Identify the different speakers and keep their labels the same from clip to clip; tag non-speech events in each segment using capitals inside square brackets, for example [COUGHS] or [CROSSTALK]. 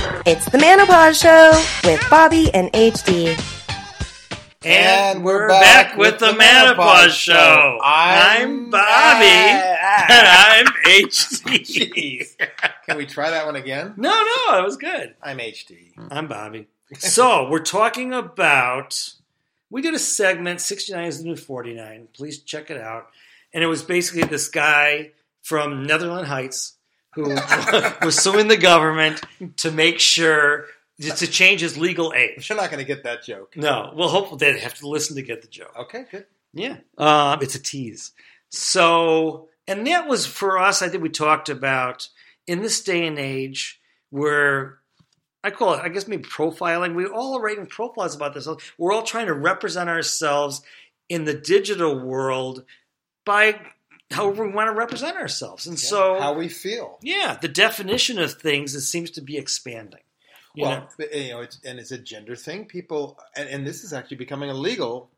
Speaker 1: It's the Manowar Show with Bobby and HD.
Speaker 2: And we're back, with, the Manopause Show. I'm Bobby. And [LAUGHS] I'm Oh, HD.
Speaker 3: Jeez. Can we try that one again?
Speaker 2: No, no, it was good.
Speaker 3: I'm HD.
Speaker 2: I'm [LAUGHS] Bobby. So we're talking about. We did a segment, 69 is the new 49. Please check it out. And it was basically this guy from Netherland Heights who [LAUGHS] was suing the government to make sure to change his legal age.
Speaker 3: You're not going to get that joke.
Speaker 2: No, well, hopefully they have to listen to get the joke.
Speaker 3: Okay, good.
Speaker 2: Yeah, um, it's a tease. So, and that was for us. I think we talked about in this day and age where I call it, I guess, maybe profiling. We all are writing profiles about this. We're all trying to represent ourselves in the digital world by however we want to represent ourselves. And so,
Speaker 3: how we feel.
Speaker 2: yeah, the definition of things it seems to be expanding. You
Speaker 3: well,
Speaker 2: know?
Speaker 3: but, you know, it's, and it's a gender thing. People, and, and this is actually becoming a legal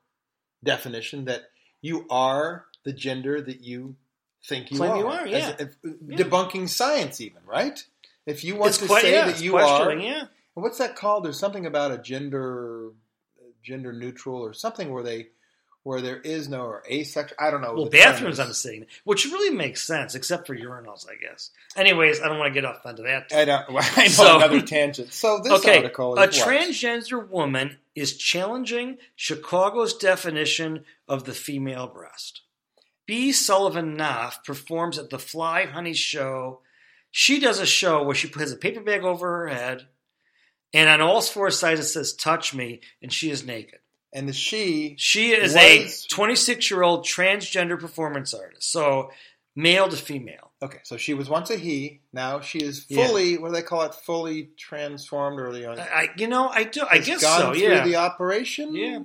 Speaker 3: definition that you are the gender that you think you
Speaker 2: Claim
Speaker 3: are.
Speaker 2: you are, yeah.
Speaker 3: As- if- uh, Debunking science, even right? If you want
Speaker 2: It's
Speaker 3: to
Speaker 2: quite-
Speaker 3: say
Speaker 2: yeah,
Speaker 3: that
Speaker 2: it's
Speaker 3: you are,
Speaker 2: questioning, yeah.
Speaker 3: what's that called? There's something about a gender, gender neutral, or something where they, where there is no or asexual. I don't know.
Speaker 2: Well,
Speaker 3: the term
Speaker 2: bathrooms,
Speaker 3: is.
Speaker 2: I'm saying, which really makes sense, except for urinals, I guess. Anyways, I don't want to get off onto that.
Speaker 3: I don't. I know [LAUGHS]
Speaker 2: So-
Speaker 3: another tangent. So this
Speaker 2: okay,
Speaker 3: article
Speaker 2: a
Speaker 3: is what?
Speaker 2: transgender woman is challenging Chicago's definition of the female breast. B. Sullivan Knopf performs at the Fly Honey Show. She does a show where she puts a paper bag over her head, and on all four sides it says "Touch me," and she is naked.
Speaker 3: and the she.
Speaker 2: She is
Speaker 3: Was-
Speaker 2: a 26 year old transgender performance artist, so male to female.
Speaker 3: Okay, so she was once a he. Now she is
Speaker 2: Yeah.
Speaker 3: fully. What do they call it? Fully transformed, or you know,
Speaker 2: I, you know, I do. I
Speaker 3: has
Speaker 2: guess
Speaker 3: gone
Speaker 2: so.
Speaker 3: Through
Speaker 2: Yeah.
Speaker 3: the operation.
Speaker 2: Yeah.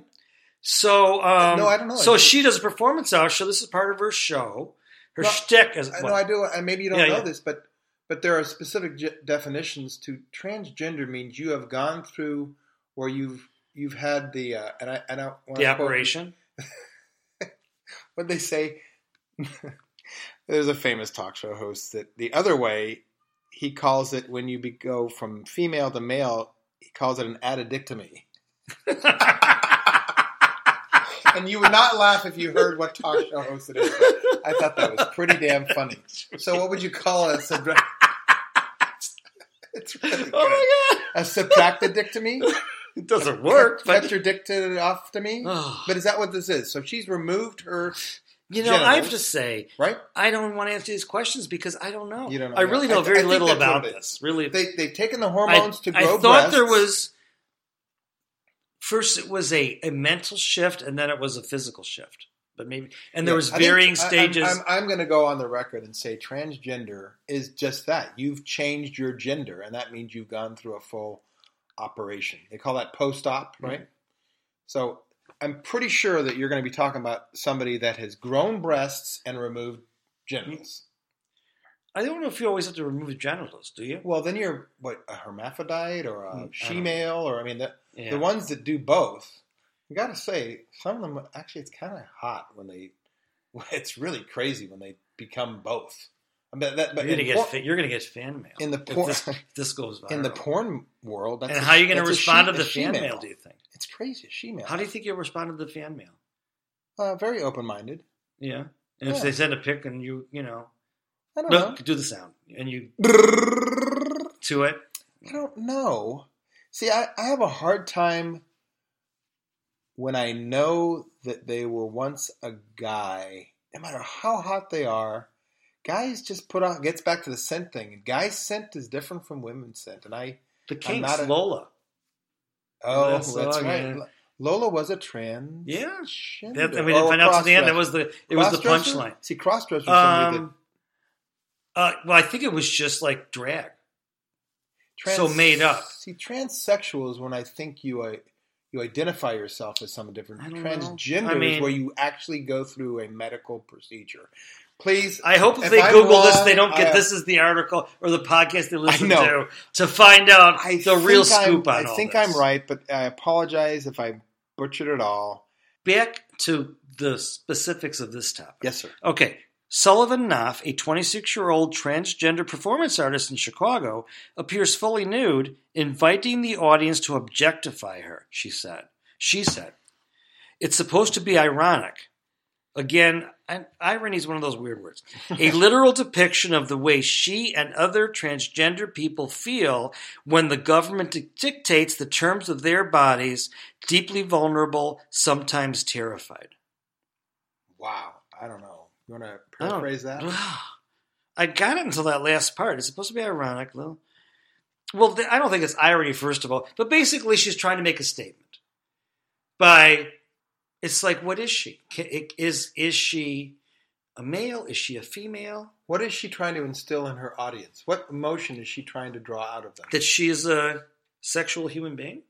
Speaker 2: So um,
Speaker 3: No, I don't know.
Speaker 2: So she does a performance hour show. This is part of her show. Her
Speaker 3: No,
Speaker 2: shtick is
Speaker 3: I
Speaker 2: what?
Speaker 3: know. I do. I maybe you don't
Speaker 2: Yeah,
Speaker 3: know
Speaker 2: yeah.
Speaker 3: this, but but there are specific ge- definitions to transgender. Means you have gone through, or you've you've had the. Uh, and I and I want
Speaker 2: the operation.
Speaker 3: what they say [LAUGHS] there's a famous talk show host that the other way he calls it when you be, go from female to male he calls it an addictomy [LAUGHS] and you would not laugh if you heard what talk show host it is but i thought that was pretty damn funny so what would you call a subtract [LAUGHS] it's really good.
Speaker 2: oh my god!
Speaker 3: a subtractedictomy
Speaker 2: It doesn't work. But
Speaker 3: petrodicted off to me
Speaker 2: Oh.
Speaker 3: but is that what this is so she's removed her
Speaker 2: you know, I have
Speaker 3: genitals.
Speaker 2: to say,
Speaker 3: right
Speaker 2: I don't want to answer these questions because I don't know.
Speaker 3: You don't know.
Speaker 2: I really
Speaker 3: I-
Speaker 2: know
Speaker 3: I
Speaker 2: very
Speaker 3: think
Speaker 2: little
Speaker 3: that's
Speaker 2: about
Speaker 3: what it
Speaker 2: this. Really,
Speaker 3: they, they've taken the
Speaker 2: I,
Speaker 3: hormones to
Speaker 2: I
Speaker 3: grow
Speaker 2: thought
Speaker 3: breasts.
Speaker 2: there was. First, it was a, a mental shift, and then it was a physical shift. But maybe, and there
Speaker 3: Yeah,
Speaker 2: was
Speaker 3: I think-
Speaker 2: varying
Speaker 3: I- I'm-
Speaker 2: stages.
Speaker 3: I'm, I'm, going to go on the record and say transgender is just that. You've changed your gender, and that means you've gone through a full operation. They call that post-op,
Speaker 2: Mm-hmm.
Speaker 3: right? So I'm pretty sure that you're going to be talking about somebody that has grown breasts and removed
Speaker 2: Mm-hmm.
Speaker 3: genitals.
Speaker 2: I don't know if you always have to remove genitals, do you?
Speaker 3: Well, then you're what a hermaphrodite or
Speaker 2: Mm, I
Speaker 3: a
Speaker 2: don't
Speaker 3: she-male, or I mean, the,
Speaker 2: Yeah.
Speaker 3: the ones that do both. You got to say some of them actually it's kind of hot when they. [LAUGHS] It's really crazy when they become both. But that, but
Speaker 2: you're gonna
Speaker 3: in
Speaker 2: get
Speaker 3: por-
Speaker 2: fa- you're gonna get fan mail
Speaker 3: in the
Speaker 2: if
Speaker 3: por-
Speaker 2: this, if this goes viral.
Speaker 3: [LAUGHS] in the porn world. That's
Speaker 2: and
Speaker 3: a-
Speaker 2: how are you gonna
Speaker 3: that's a
Speaker 2: respond
Speaker 3: she-
Speaker 2: to the
Speaker 3: a
Speaker 2: fan
Speaker 3: she-male.
Speaker 2: mail? Do you think?
Speaker 3: It's crazy. She male.
Speaker 2: How do you think you'll respond to the fan mail?
Speaker 3: Uh, very open minded.
Speaker 2: Yeah. And if
Speaker 3: Yeah.
Speaker 2: they send a pic and you you know
Speaker 3: I don't
Speaker 2: no
Speaker 3: know.
Speaker 2: do the sound and you [LAUGHS] to it
Speaker 3: I don't know. See, I, I have a hard time when I know that they were once a guy, no matter how hot they are, guys just put on gets back to the scent thing. Guys scent is different from women's scent, and I
Speaker 2: the kinks
Speaker 3: not a-
Speaker 2: Lola
Speaker 3: oh
Speaker 2: that's
Speaker 3: that's,
Speaker 2: wrong,
Speaker 3: right.
Speaker 2: yeah.
Speaker 3: Lola was a trans.
Speaker 2: Yeah.
Speaker 3: That,
Speaker 2: that, and we didn't find out till the end that was the it was the punchline
Speaker 3: See, Oh, crossdresser.
Speaker 2: um, uh, well I think it was just like drag so made up.
Speaker 3: See, transsexual is when I think you uh, you identify yourself as someone different.
Speaker 2: I don't know.
Speaker 3: Transgender
Speaker 2: I mean-
Speaker 3: is where you actually go through a medical procedure. Please,
Speaker 2: I hope if,
Speaker 3: If
Speaker 2: they
Speaker 3: I'm
Speaker 2: Google this,
Speaker 3: wrong,
Speaker 2: they don't
Speaker 3: I
Speaker 2: get
Speaker 3: am-
Speaker 2: this is the article or the podcast they listen
Speaker 3: know.
Speaker 2: to to find out
Speaker 3: I
Speaker 2: the real
Speaker 3: think
Speaker 2: scoop
Speaker 3: I'm,
Speaker 2: on
Speaker 3: I
Speaker 2: all
Speaker 3: think
Speaker 2: this.
Speaker 3: I'm right, but I apologize if I butchered it all.
Speaker 2: Back to the specifics of this topic.
Speaker 3: Yes, sir.
Speaker 2: Okay. Sullivan Knopf, a 26 year old transgender performance artist in Chicago, appears fully nude, inviting the audience to objectify her, she said. She said. It's supposed to be ironic. Again, I- irony is one of those weird words. A literal depiction of the way she and other transgender people feel when the government dic- dictates the terms of their bodies, deeply vulnerable, sometimes terrified.
Speaker 3: Wow. I don't know. You want to
Speaker 2: I don't-
Speaker 3: paraphrase that?
Speaker 2: I got it until that last part. It's supposed to be ironic, though. Well, th- I don't think it's irony, first of all. But basically, she's trying to make a statement by it's like, what is she? Ca- it- Is is she a male? Is she a female?
Speaker 3: What is she trying to instill in her audience? What emotion is she trying to draw out of them?
Speaker 2: That she is a sexual human being?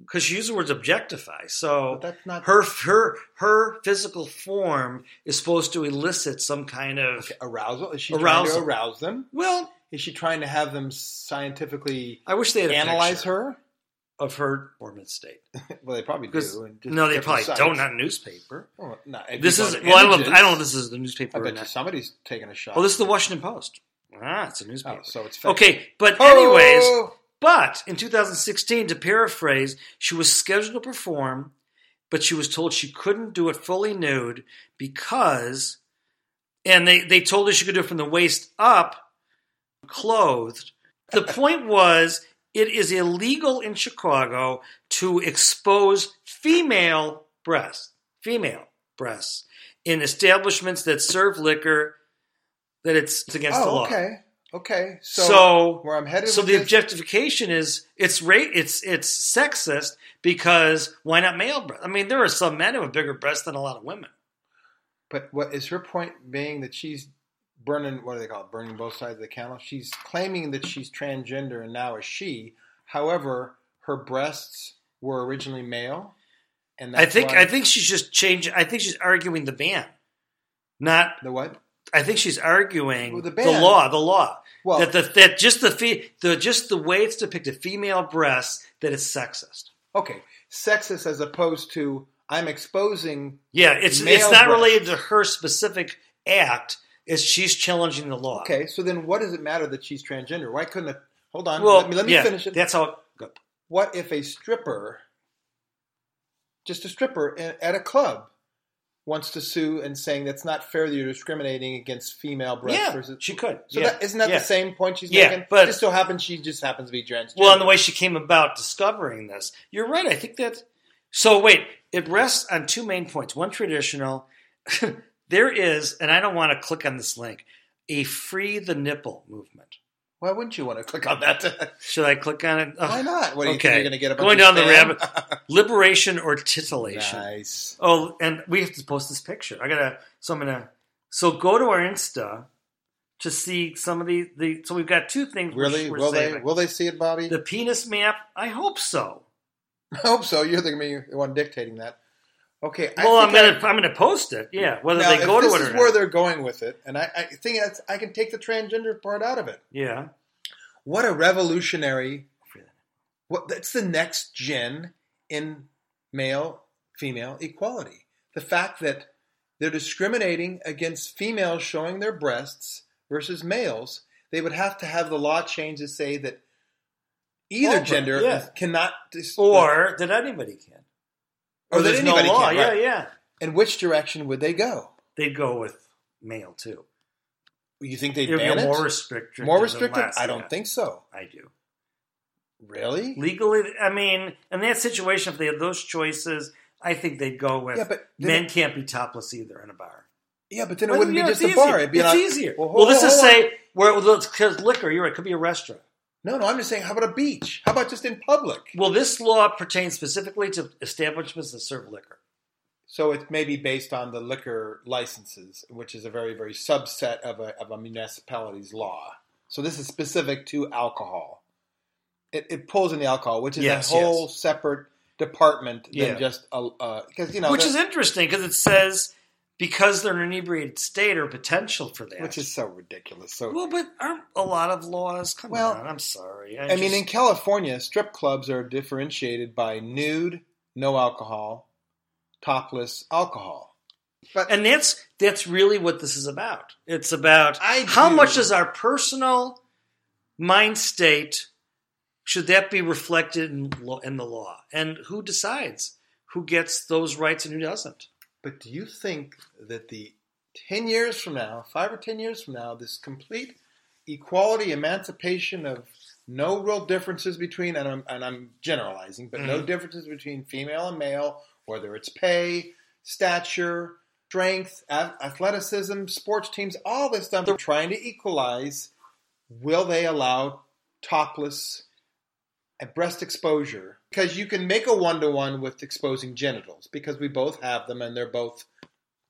Speaker 2: Because she used the words objectify, so
Speaker 3: But that's not
Speaker 2: her her her physical form is supposed to elicit some kind of
Speaker 3: arousal. Is she
Speaker 2: Arousal.
Speaker 3: trying to arouse them?
Speaker 2: well.
Speaker 3: Is she trying to have them scientifically
Speaker 2: I wish they had a
Speaker 3: analyze
Speaker 2: picture.
Speaker 3: her?
Speaker 2: of her Mormon state.
Speaker 3: [LAUGHS] Well, they probably
Speaker 2: Because-
Speaker 3: do. and just
Speaker 2: no, they
Speaker 3: different
Speaker 2: probably
Speaker 3: sites.
Speaker 2: don't. Not a newspaper.
Speaker 3: Well, Oh, no, if
Speaker 2: This
Speaker 3: you
Speaker 2: is
Speaker 3: go to
Speaker 2: well. I don't, know if,
Speaker 3: images,
Speaker 2: I don't know if this is the newspaper.
Speaker 3: I
Speaker 2: or
Speaker 3: bet you
Speaker 2: not.
Speaker 3: somebody's taking a shot.
Speaker 2: Oh, this is the Washington Post. Ah, it's a
Speaker 3: Oh,
Speaker 2: newspaper.
Speaker 3: so it's fake.
Speaker 2: okay, but
Speaker 3: Oh!
Speaker 2: anyways, but in 2016, to paraphrase, she was scheduled to perform, but she was told she couldn't do it fully nude because, and they, they told her she could do it from the waist up, clothed. The
Speaker 3: [LAUGHS]
Speaker 2: point was, it is illegal in Chicago to expose female breasts, female breasts, in establishments that serve liquor, that it's, it's against the
Speaker 3: Oh,
Speaker 2: law.
Speaker 3: okay, okay. So,
Speaker 2: So-
Speaker 3: where I'm headed.
Speaker 2: So
Speaker 3: with
Speaker 2: the
Speaker 3: this-
Speaker 2: objectification is it's ra- it's it's sexist because why not male breast? I mean, there are some men who have bigger breasts than a lot of women.
Speaker 3: But what is her point being that she's burning? What do they call it? Burning both sides of the candle. She's claiming that she's transgender and now a she. However, her breasts were originally male, and that's
Speaker 2: I think
Speaker 3: why-
Speaker 2: I think she's just changing. I think she's arguing the ban, not.
Speaker 3: the what?
Speaker 2: I think she's arguing
Speaker 3: Well,
Speaker 2: the,
Speaker 3: the ban-
Speaker 2: law, the law
Speaker 3: Well,
Speaker 2: that the, that just the, fe- the just the way it's depicted, female breasts, that it's sexist.
Speaker 3: okay, sexist as opposed to I'm exposing.
Speaker 2: Yeah, it's
Speaker 3: Male
Speaker 2: it's not
Speaker 3: breasts.
Speaker 2: related to her specific act. It's she's challenging the law.
Speaker 3: Okay, so then what does it matter that she's transgender? Why couldn't it? Hold on.
Speaker 2: Well,
Speaker 3: let me, let me
Speaker 2: yeah,
Speaker 3: finish it.
Speaker 2: That's how. Go.
Speaker 3: what if a stripper, just a stripper i- at a club, wants to sue and saying that's not fair that you're discriminating against female breasts
Speaker 2: Yeah,
Speaker 3: versus.
Speaker 2: she could.
Speaker 3: So
Speaker 2: yeah,
Speaker 3: that, isn't that
Speaker 2: yeah.
Speaker 3: the same point she's
Speaker 2: Yeah,
Speaker 3: making?
Speaker 2: but-
Speaker 3: just so happens she just happens to be transgender.
Speaker 2: Well, and the way she came about discovering this, you're right. I think that. So wait, it rests on two main points. One traditional. [LAUGHS] there is, and I don't want to click on this link, a free the nipple movement.
Speaker 3: Why wouldn't you want to click on that? [LAUGHS]
Speaker 2: Should I click on it? Ugh.
Speaker 3: Why not? What do you
Speaker 2: Okay.
Speaker 3: think you're going to get? A bunch
Speaker 2: Going
Speaker 3: of
Speaker 2: down the
Speaker 3: spam? [LAUGHS]
Speaker 2: Liberation or titillation?
Speaker 3: nice.
Speaker 2: Oh, and we have to post this picture. I gotta. So I'm gonna. So go to our Insta to see some of the the. So we've got two things. we're-
Speaker 3: Really?
Speaker 2: We're
Speaker 3: will they?
Speaker 2: saving.
Speaker 3: Will they see it, Bobby?
Speaker 2: the penis map? I hope so.
Speaker 3: [LAUGHS] I hope so. You're the the one dictating that. Okay. I
Speaker 2: well, I'm
Speaker 3: think I-
Speaker 2: gonna I, am gonna post it. Yeah, whether
Speaker 3: now,
Speaker 2: they go
Speaker 3: if
Speaker 2: to it
Speaker 3: this is
Speaker 2: or
Speaker 3: where
Speaker 2: not.
Speaker 3: they're going with it, and I, I think that's, I can take the transgender part out of it.
Speaker 2: Yeah,
Speaker 3: What a revolutionary! What that's the next gen in male female equality. The fact that they're discriminating against females showing their breasts versus males, they would have to have the law change to say that either
Speaker 2: Over,
Speaker 3: gender
Speaker 2: yeah.
Speaker 3: cannot dis-
Speaker 2: or that anybody can.
Speaker 3: or that
Speaker 2: there's no
Speaker 3: anybody
Speaker 2: law.
Speaker 3: can.
Speaker 2: Yeah,
Speaker 3: right.
Speaker 2: yeah.
Speaker 3: And which direction would they go?
Speaker 2: They'd go with male too.
Speaker 3: You think they'd
Speaker 2: It'd be
Speaker 3: ban it?
Speaker 2: more restrictive.
Speaker 3: More
Speaker 2: than
Speaker 3: restrictive?
Speaker 2: less,
Speaker 3: I don't
Speaker 2: yeah.
Speaker 3: think so.
Speaker 2: I do
Speaker 3: Really?
Speaker 2: legally. I mean, in that situation, if they had those choices, I think they'd go with.
Speaker 3: Yeah, but then
Speaker 2: men can't be topless either in a bar.
Speaker 3: Yeah, but then it
Speaker 2: Well,
Speaker 3: wouldn't
Speaker 2: yeah,
Speaker 3: be
Speaker 2: it's
Speaker 3: just a bar.
Speaker 2: easier.
Speaker 3: It'd be
Speaker 2: it's
Speaker 3: like-
Speaker 2: easier. Well,
Speaker 3: Well, hold
Speaker 2: this
Speaker 3: on,
Speaker 2: is
Speaker 3: hold on.
Speaker 2: say where because liquor. You're right. It could be a restaurant.
Speaker 3: No, no. I'm just saying. How about a beach? How about just in public?
Speaker 2: Well, this law pertains specifically to establishments that serve liquor.
Speaker 3: So it's maybe based on the liquor licenses, which is a very, very subset of a, of a municipality's law. So this is specific to alcohol. It, it pulls in the alcohol, which is
Speaker 2: Yes,
Speaker 3: a whole separate department
Speaker 2: Yeah.
Speaker 3: than just a because you know
Speaker 2: which
Speaker 3: the-
Speaker 2: is interesting because it says because they're in an inebriated state or potential for that.
Speaker 3: which is so ridiculous. So
Speaker 2: well, but aren't a lot of laws? Come
Speaker 3: Well,
Speaker 2: on, I'm sorry.
Speaker 3: I mean, in California, strip clubs are differentiated by nude, no alcohol, topless alcohol. But-
Speaker 2: and that's that's really what this is about. It's about
Speaker 3: I
Speaker 2: how
Speaker 3: do-
Speaker 2: much does our personal mind state should that be reflected in, law, in the law, and who decides who gets those rights and who doesn't?
Speaker 3: But do you think that the 10 years from now, five or 10 years from now, this complete equality, emancipation of no real differences between, and I'm, and I'm generalizing, but no differences between female and male, whether it's pay, stature, strength, ath- athleticism, sports teams, all this stuff, they're trying to equalize. Will they allow topless and breast exposure because you can make a one to one with exposing genitals because we both have them and they're both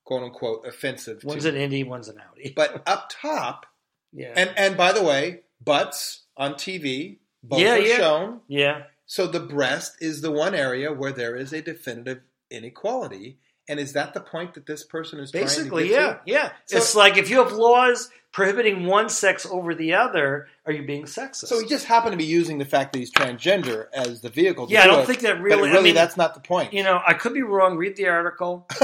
Speaker 3: quote unquote offensive. to-
Speaker 2: One's an indie, one's an outie.
Speaker 3: but up top,
Speaker 2: yeah,
Speaker 3: and and by the way, butts on TV, both
Speaker 2: Yeah,
Speaker 3: are
Speaker 2: yeah.
Speaker 3: shown.
Speaker 2: yeah,
Speaker 3: So the breast is the one area where there is a definitive inequality. And is that the point that this person is trying to
Speaker 2: basically,
Speaker 3: get to?
Speaker 2: yeah, yeah.
Speaker 3: So-
Speaker 2: it's like if you have laws prohibiting one sex over the other, are you being sexist?
Speaker 3: So he just happened to be using the fact that he's transgender as the vehicle. To
Speaker 2: Yeah, I
Speaker 3: do
Speaker 2: don't
Speaker 3: it,
Speaker 2: think that
Speaker 3: but
Speaker 2: really- I
Speaker 3: really,
Speaker 2: mean-
Speaker 3: that's not the point.
Speaker 2: you know, I could be wrong. Read the article.
Speaker 3: [LAUGHS]
Speaker 2: [LAUGHS]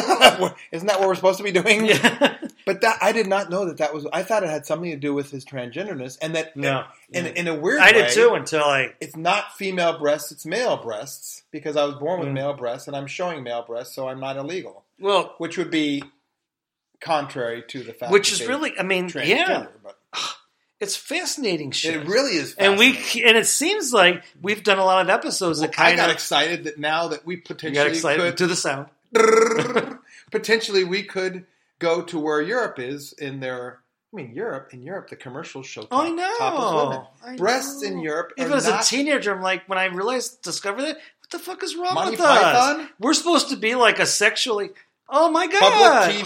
Speaker 3: Isn't that what we're supposed to be doing?
Speaker 2: Yeah.
Speaker 3: But that I did not know that that was. I thought it had something to do with his transgenderness, and that
Speaker 2: No.
Speaker 3: in, in a weird
Speaker 2: I
Speaker 3: way,
Speaker 2: did too until I.
Speaker 3: It's not female breasts; it's male breasts because I was born with
Speaker 2: Mm.
Speaker 3: male breasts, and I'm showing male breasts, so I'm not illegal,
Speaker 2: Well,
Speaker 3: which would be contrary to the fact.
Speaker 2: which
Speaker 3: that
Speaker 2: is
Speaker 3: they
Speaker 2: really, I mean,
Speaker 3: transgender,
Speaker 2: yeah,
Speaker 3: but
Speaker 2: it's fascinating shit.
Speaker 3: it really is.
Speaker 2: and we
Speaker 3: fascinating.
Speaker 2: and it seems like we've done a lot of episodes that
Speaker 3: I
Speaker 2: kind
Speaker 3: got
Speaker 2: of
Speaker 3: excited that now that we
Speaker 2: you got
Speaker 3: potentially
Speaker 2: excited
Speaker 3: could
Speaker 2: to the sound.
Speaker 3: [LAUGHS] potentially we could go to where Europe is in their. I mean, Europe in Europe, the commercials show. Top,
Speaker 2: I know.
Speaker 3: topless women.
Speaker 2: I
Speaker 3: Breasts in
Speaker 2: know.
Speaker 3: Europe are
Speaker 2: Even as
Speaker 3: not-
Speaker 2: a teenager, I'm like, when I realized, discovered that, what the fuck is wrong
Speaker 3: Monty
Speaker 2: with us?
Speaker 3: Python,
Speaker 2: We're supposed to be like a sexually. Oh my god!
Speaker 3: public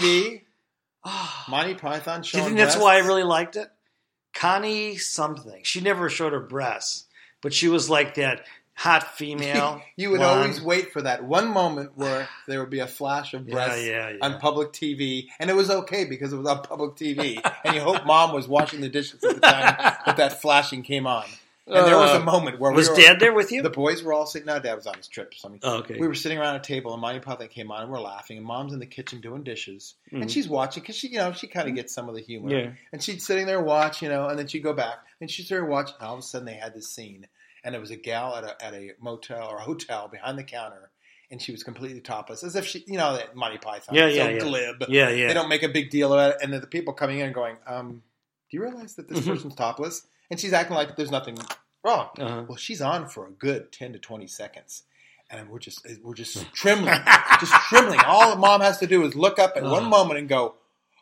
Speaker 2: [SIGHS]
Speaker 3: TV,
Speaker 2: Ah.
Speaker 3: Monty Python.
Speaker 2: Do you think
Speaker 3: Showing
Speaker 2: that's why I
Speaker 3: breasts.
Speaker 2: really liked it? Connie something. She never showed her breasts, but she was like that hot female.
Speaker 3: [LAUGHS] You would
Speaker 2: blonde.
Speaker 3: always wait for that one moment where there would be a flash of
Speaker 2: Yeah,
Speaker 3: breasts
Speaker 2: yeah, yeah.
Speaker 3: on public TV, and it was okay because it was on public TV, and you hope mom was washing the dishes at the time that that flashing came on. And there was a
Speaker 2: Uh,
Speaker 3: moment where
Speaker 2: was
Speaker 3: we were,
Speaker 2: Dad there with you?
Speaker 3: The boys were all sitting. No, Dad was on his trip. So I mean,
Speaker 2: oh, okay.
Speaker 3: we were sitting around a table, and Monty Python came on, and we're laughing, and Mom's in the kitchen doing dishes, and she's watching because she, you know, she kind of gets some of the humor.
Speaker 2: Mm-hmm. Yeah.
Speaker 3: And she'd sitting there watch, you know, and then she'd go back and she'd start watching. And all of a sudden, they had this scene, and it was a gal at a, at a motel or a hotel behind the counter, and she was completely topless, as if she, you know, that Monty Python,
Speaker 2: Yeah,
Speaker 3: so
Speaker 2: yeah, yeah.
Speaker 3: glib.
Speaker 2: yeah, yeah.
Speaker 3: They don't make a big deal about it, and then the people coming in are going, um, "Do you realize that this
Speaker 2: Mhm.
Speaker 3: person's topless?" And she's acting like there's nothing wrong.
Speaker 2: Uh-huh.
Speaker 3: Well, she's on for a good ten to twenty seconds, and we're just eh, we're
Speaker 2: [LAUGHS]
Speaker 3: just trembling, just trembling. All that mom has to do is look up at one
Speaker 2: Uh.
Speaker 3: moment and go,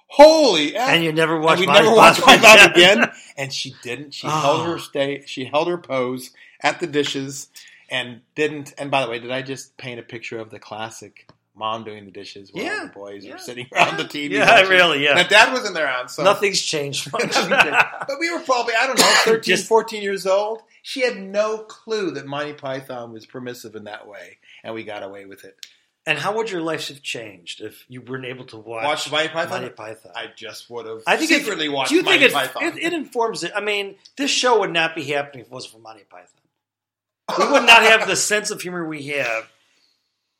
Speaker 3: "Holy!" F.
Speaker 2: and you never
Speaker 3: And
Speaker 2: watched.
Speaker 3: we
Speaker 2: Monty
Speaker 3: never watched
Speaker 2: Python
Speaker 3: my
Speaker 2: [LAUGHS]
Speaker 3: mom again. And she didn't. She
Speaker 2: Oh.
Speaker 3: held her stay. She held her pose at the dishes and didn't. And by the way, did I just paint a picture of the classic? Mom doing the dishes while
Speaker 2: Yeah,
Speaker 3: the boys
Speaker 2: yeah.
Speaker 3: were sitting [LAUGHS] around the
Speaker 2: [LAUGHS]
Speaker 3: TV.
Speaker 2: Yeah,
Speaker 3: watching.
Speaker 2: really, yeah.
Speaker 3: Now, dad wasn't around, so
Speaker 2: Nothing's
Speaker 3: [LAUGHS]
Speaker 2: changed. much.
Speaker 3: but we were probably, I
Speaker 2: [COUGHS]
Speaker 3: don't know, 13,
Speaker 2: Just-
Speaker 3: 14 years old. She had no clue that Monty Python was permissive in that way, and we got away with it.
Speaker 2: and how would your life have changed if you weren't able to watch,
Speaker 3: Watch Monty Python?
Speaker 2: Monty Python?
Speaker 3: I just would have
Speaker 2: I think it-
Speaker 3: secretly watched
Speaker 2: do you
Speaker 3: Monty
Speaker 2: think it,
Speaker 3: Python.
Speaker 2: It, it informs it. I mean, this show would not be happening if it wasn't for Monty Python.
Speaker 3: [LAUGHS]
Speaker 2: We would not have the sense of humor we have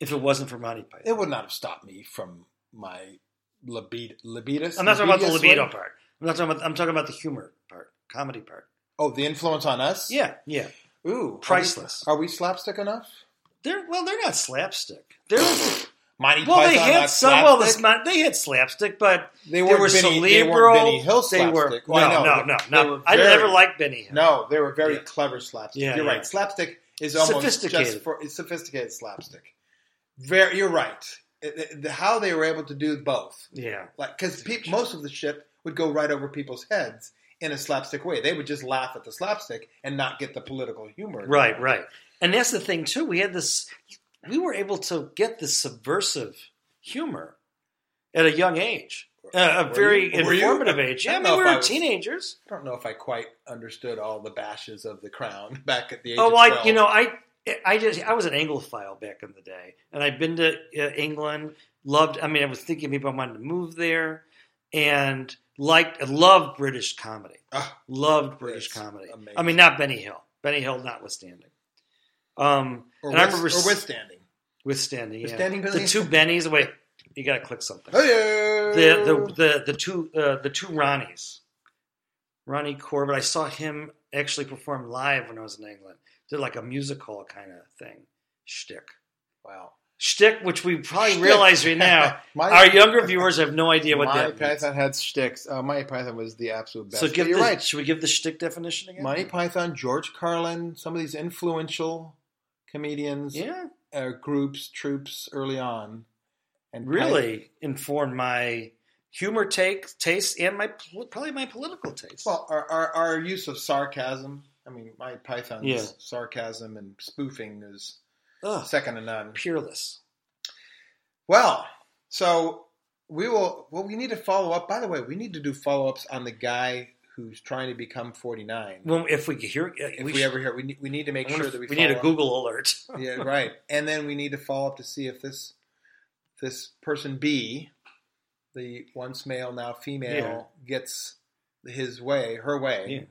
Speaker 2: if it wasn't for Monty Python.
Speaker 3: It would not have stopped me from my libid- libidus.
Speaker 2: I'm not talking about the
Speaker 3: libidious
Speaker 2: libido
Speaker 3: way.
Speaker 2: part. I'm not talking about. I'm talking about the humor part, comedy part.
Speaker 3: Oh, the influence on us?
Speaker 2: Yeah, yeah.
Speaker 3: Ooh.
Speaker 2: Priceless.
Speaker 3: Are we, are we slapstick enough?
Speaker 2: They're well, they're not slapstick. They're
Speaker 3: Monty
Speaker 2: well, they
Speaker 3: Python
Speaker 2: had
Speaker 3: not
Speaker 2: some. Well, this
Speaker 3: slapstick?
Speaker 2: mon- they had slapstick, but
Speaker 3: They
Speaker 2: were
Speaker 3: weren't Benny- they weren't
Speaker 2: cerebral.
Speaker 3: Benny Hill
Speaker 2: They were
Speaker 3: slapstick.
Speaker 2: no,
Speaker 3: Oh, I know.
Speaker 2: no,
Speaker 3: They-
Speaker 2: no,
Speaker 3: they
Speaker 2: no.
Speaker 3: were
Speaker 2: I
Speaker 3: very-
Speaker 2: never liked Benny Hill.
Speaker 3: No, they were very
Speaker 2: Yeah.
Speaker 3: clever slapstick.
Speaker 2: Yeah,
Speaker 3: you're
Speaker 2: yeah.
Speaker 3: right. Slapstick is almost
Speaker 2: Sophisticated.
Speaker 3: just for it's sophisticated slapstick. Very, you're right. It- it- the- how they were able to do both,
Speaker 2: Yeah,
Speaker 3: like because peop most of the shit would go right over people's heads in a slapstick way. They would just laugh at the slapstick and not get the political humor.
Speaker 2: right, right. And that's the thing too. We had this. We were able to get this subversive humor at a young age, uh, a
Speaker 3: Were
Speaker 2: very
Speaker 3: you? Were you?
Speaker 2: informative
Speaker 3: I-
Speaker 2: age.
Speaker 3: I
Speaker 2: Yeah, I
Speaker 3: don't
Speaker 2: mean,
Speaker 3: know
Speaker 2: we
Speaker 3: if I
Speaker 2: were
Speaker 3: was-
Speaker 2: teenagers.
Speaker 3: I don't know if I quite understood all the bashes of the crown [LAUGHS] back at the age.
Speaker 2: Oh,
Speaker 3: of
Speaker 2: well, I,
Speaker 3: 12.
Speaker 2: you know, I I just I was an Anglophile back in the day, and I'd been to uh, England. Loved. I mean, I was thinking maybe I wanted to move there, and liked loved British comedy.
Speaker 3: Ah,
Speaker 2: Loved British
Speaker 3: That's
Speaker 2: comedy. I
Speaker 3: amazing.
Speaker 2: mean, not Benny Hill. Benny Hill, notwithstanding. Um,
Speaker 3: or,
Speaker 2: and I
Speaker 3: with-
Speaker 2: remember
Speaker 3: or withstanding.
Speaker 2: withstanding, yeah.
Speaker 3: Withstanding
Speaker 2: the
Speaker 3: Benny?
Speaker 2: two Bennies. Wait, You got to click something.
Speaker 3: Hello.
Speaker 2: The the the, the two uh, the two Ronnies, Ronnie Corbett. I saw him actually perform live when I was in England. Did like a music hall kind of thing, shtick,
Speaker 3: wow.
Speaker 2: shtick, which we probably
Speaker 3: Shtick.
Speaker 2: realize right [LAUGHS]
Speaker 3: [LAUGHS]
Speaker 2: now.
Speaker 3: my,
Speaker 2: Our younger viewers have no idea what
Speaker 3: Monty
Speaker 2: that means.
Speaker 3: Python had sticks. Uh, Monty Python was the absolute best.
Speaker 2: So
Speaker 3: But
Speaker 2: give
Speaker 3: you're
Speaker 2: the,
Speaker 3: right.
Speaker 2: Should we give the shtick definition again?
Speaker 3: Monty Python, George Carlin, some of these influential comedians,
Speaker 2: Yeah,
Speaker 3: uh, groups, troops early on, and
Speaker 2: really informed my humor take taste and my pol- probably my political taste.
Speaker 3: Well, our, our, our use of sarcasm. I mean, my Python's
Speaker 2: Yeah.
Speaker 3: sarcasm and spoofing is
Speaker 2: Ugh,
Speaker 3: second to none.
Speaker 2: peerless.
Speaker 3: Well, so we will. Well, we need to follow up. By the way, we need to do follow ups on the guy who's trying to become forty nine.
Speaker 2: Well, if we could hear,
Speaker 3: if we, ever hear, we need, we need to make
Speaker 2: I wonder
Speaker 3: sure
Speaker 2: if
Speaker 3: that we,
Speaker 2: we need
Speaker 3: follow
Speaker 2: a Google alert.
Speaker 3: Up. Yeah, right. And then we need to follow up to see if this this person B, the once male now female, gets his way, her way,
Speaker 2: Yeah.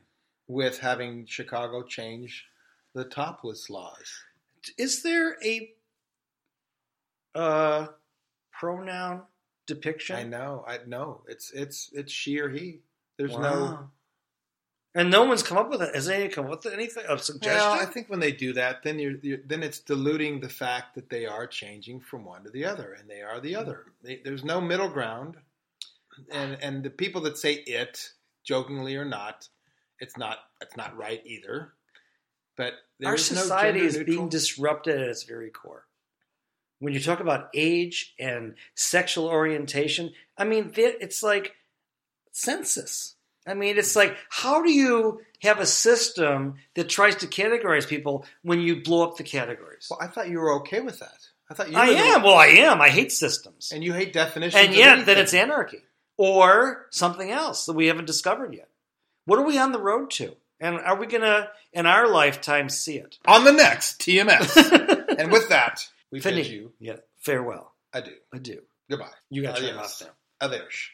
Speaker 3: with having Chicago change the topless laws.
Speaker 2: Is there a uh, pronoun depiction?
Speaker 3: I know. I know. It's it's it's she or he. There's no.
Speaker 2: Wow. and no one's come up with it. Has anyone come up with anything? A suggestion?
Speaker 3: Well, I think when they do that, then you're, you're then it's diluting the fact that they are changing from one to the other, and they are the other. They, there's no middle ground, and and the people that say it, jokingly or not, it's not it's not right either. But
Speaker 2: Our
Speaker 3: there's
Speaker 2: society
Speaker 3: no
Speaker 2: is being
Speaker 3: dis-
Speaker 2: disrupted at its very core. When you talk about age and sexual orientation, I mean, th- it's like census. I mean, it's like, how do you have a system that tries to categorize people when you blow up the categories?
Speaker 3: Well, I thought you were okay with that. I thought you
Speaker 2: I
Speaker 3: were the-
Speaker 2: am. Well, I am. I hate systems.
Speaker 3: and you hate definitions.
Speaker 2: and
Speaker 3: of
Speaker 2: yet then
Speaker 3: anything.
Speaker 2: it's anarchy or something else that we haven't discovered yet what are we on the road to and are we gonna in our lifetime see it
Speaker 3: on the
Speaker 2: [LAUGHS]
Speaker 3: next TMS. and with that, we
Speaker 2: Fini-
Speaker 3: bid you
Speaker 2: yeah farewell
Speaker 3: adieu.
Speaker 2: adieu
Speaker 3: Goodbye.
Speaker 2: you got your
Speaker 3: Adios.
Speaker 2: mouth now
Speaker 3: Adios.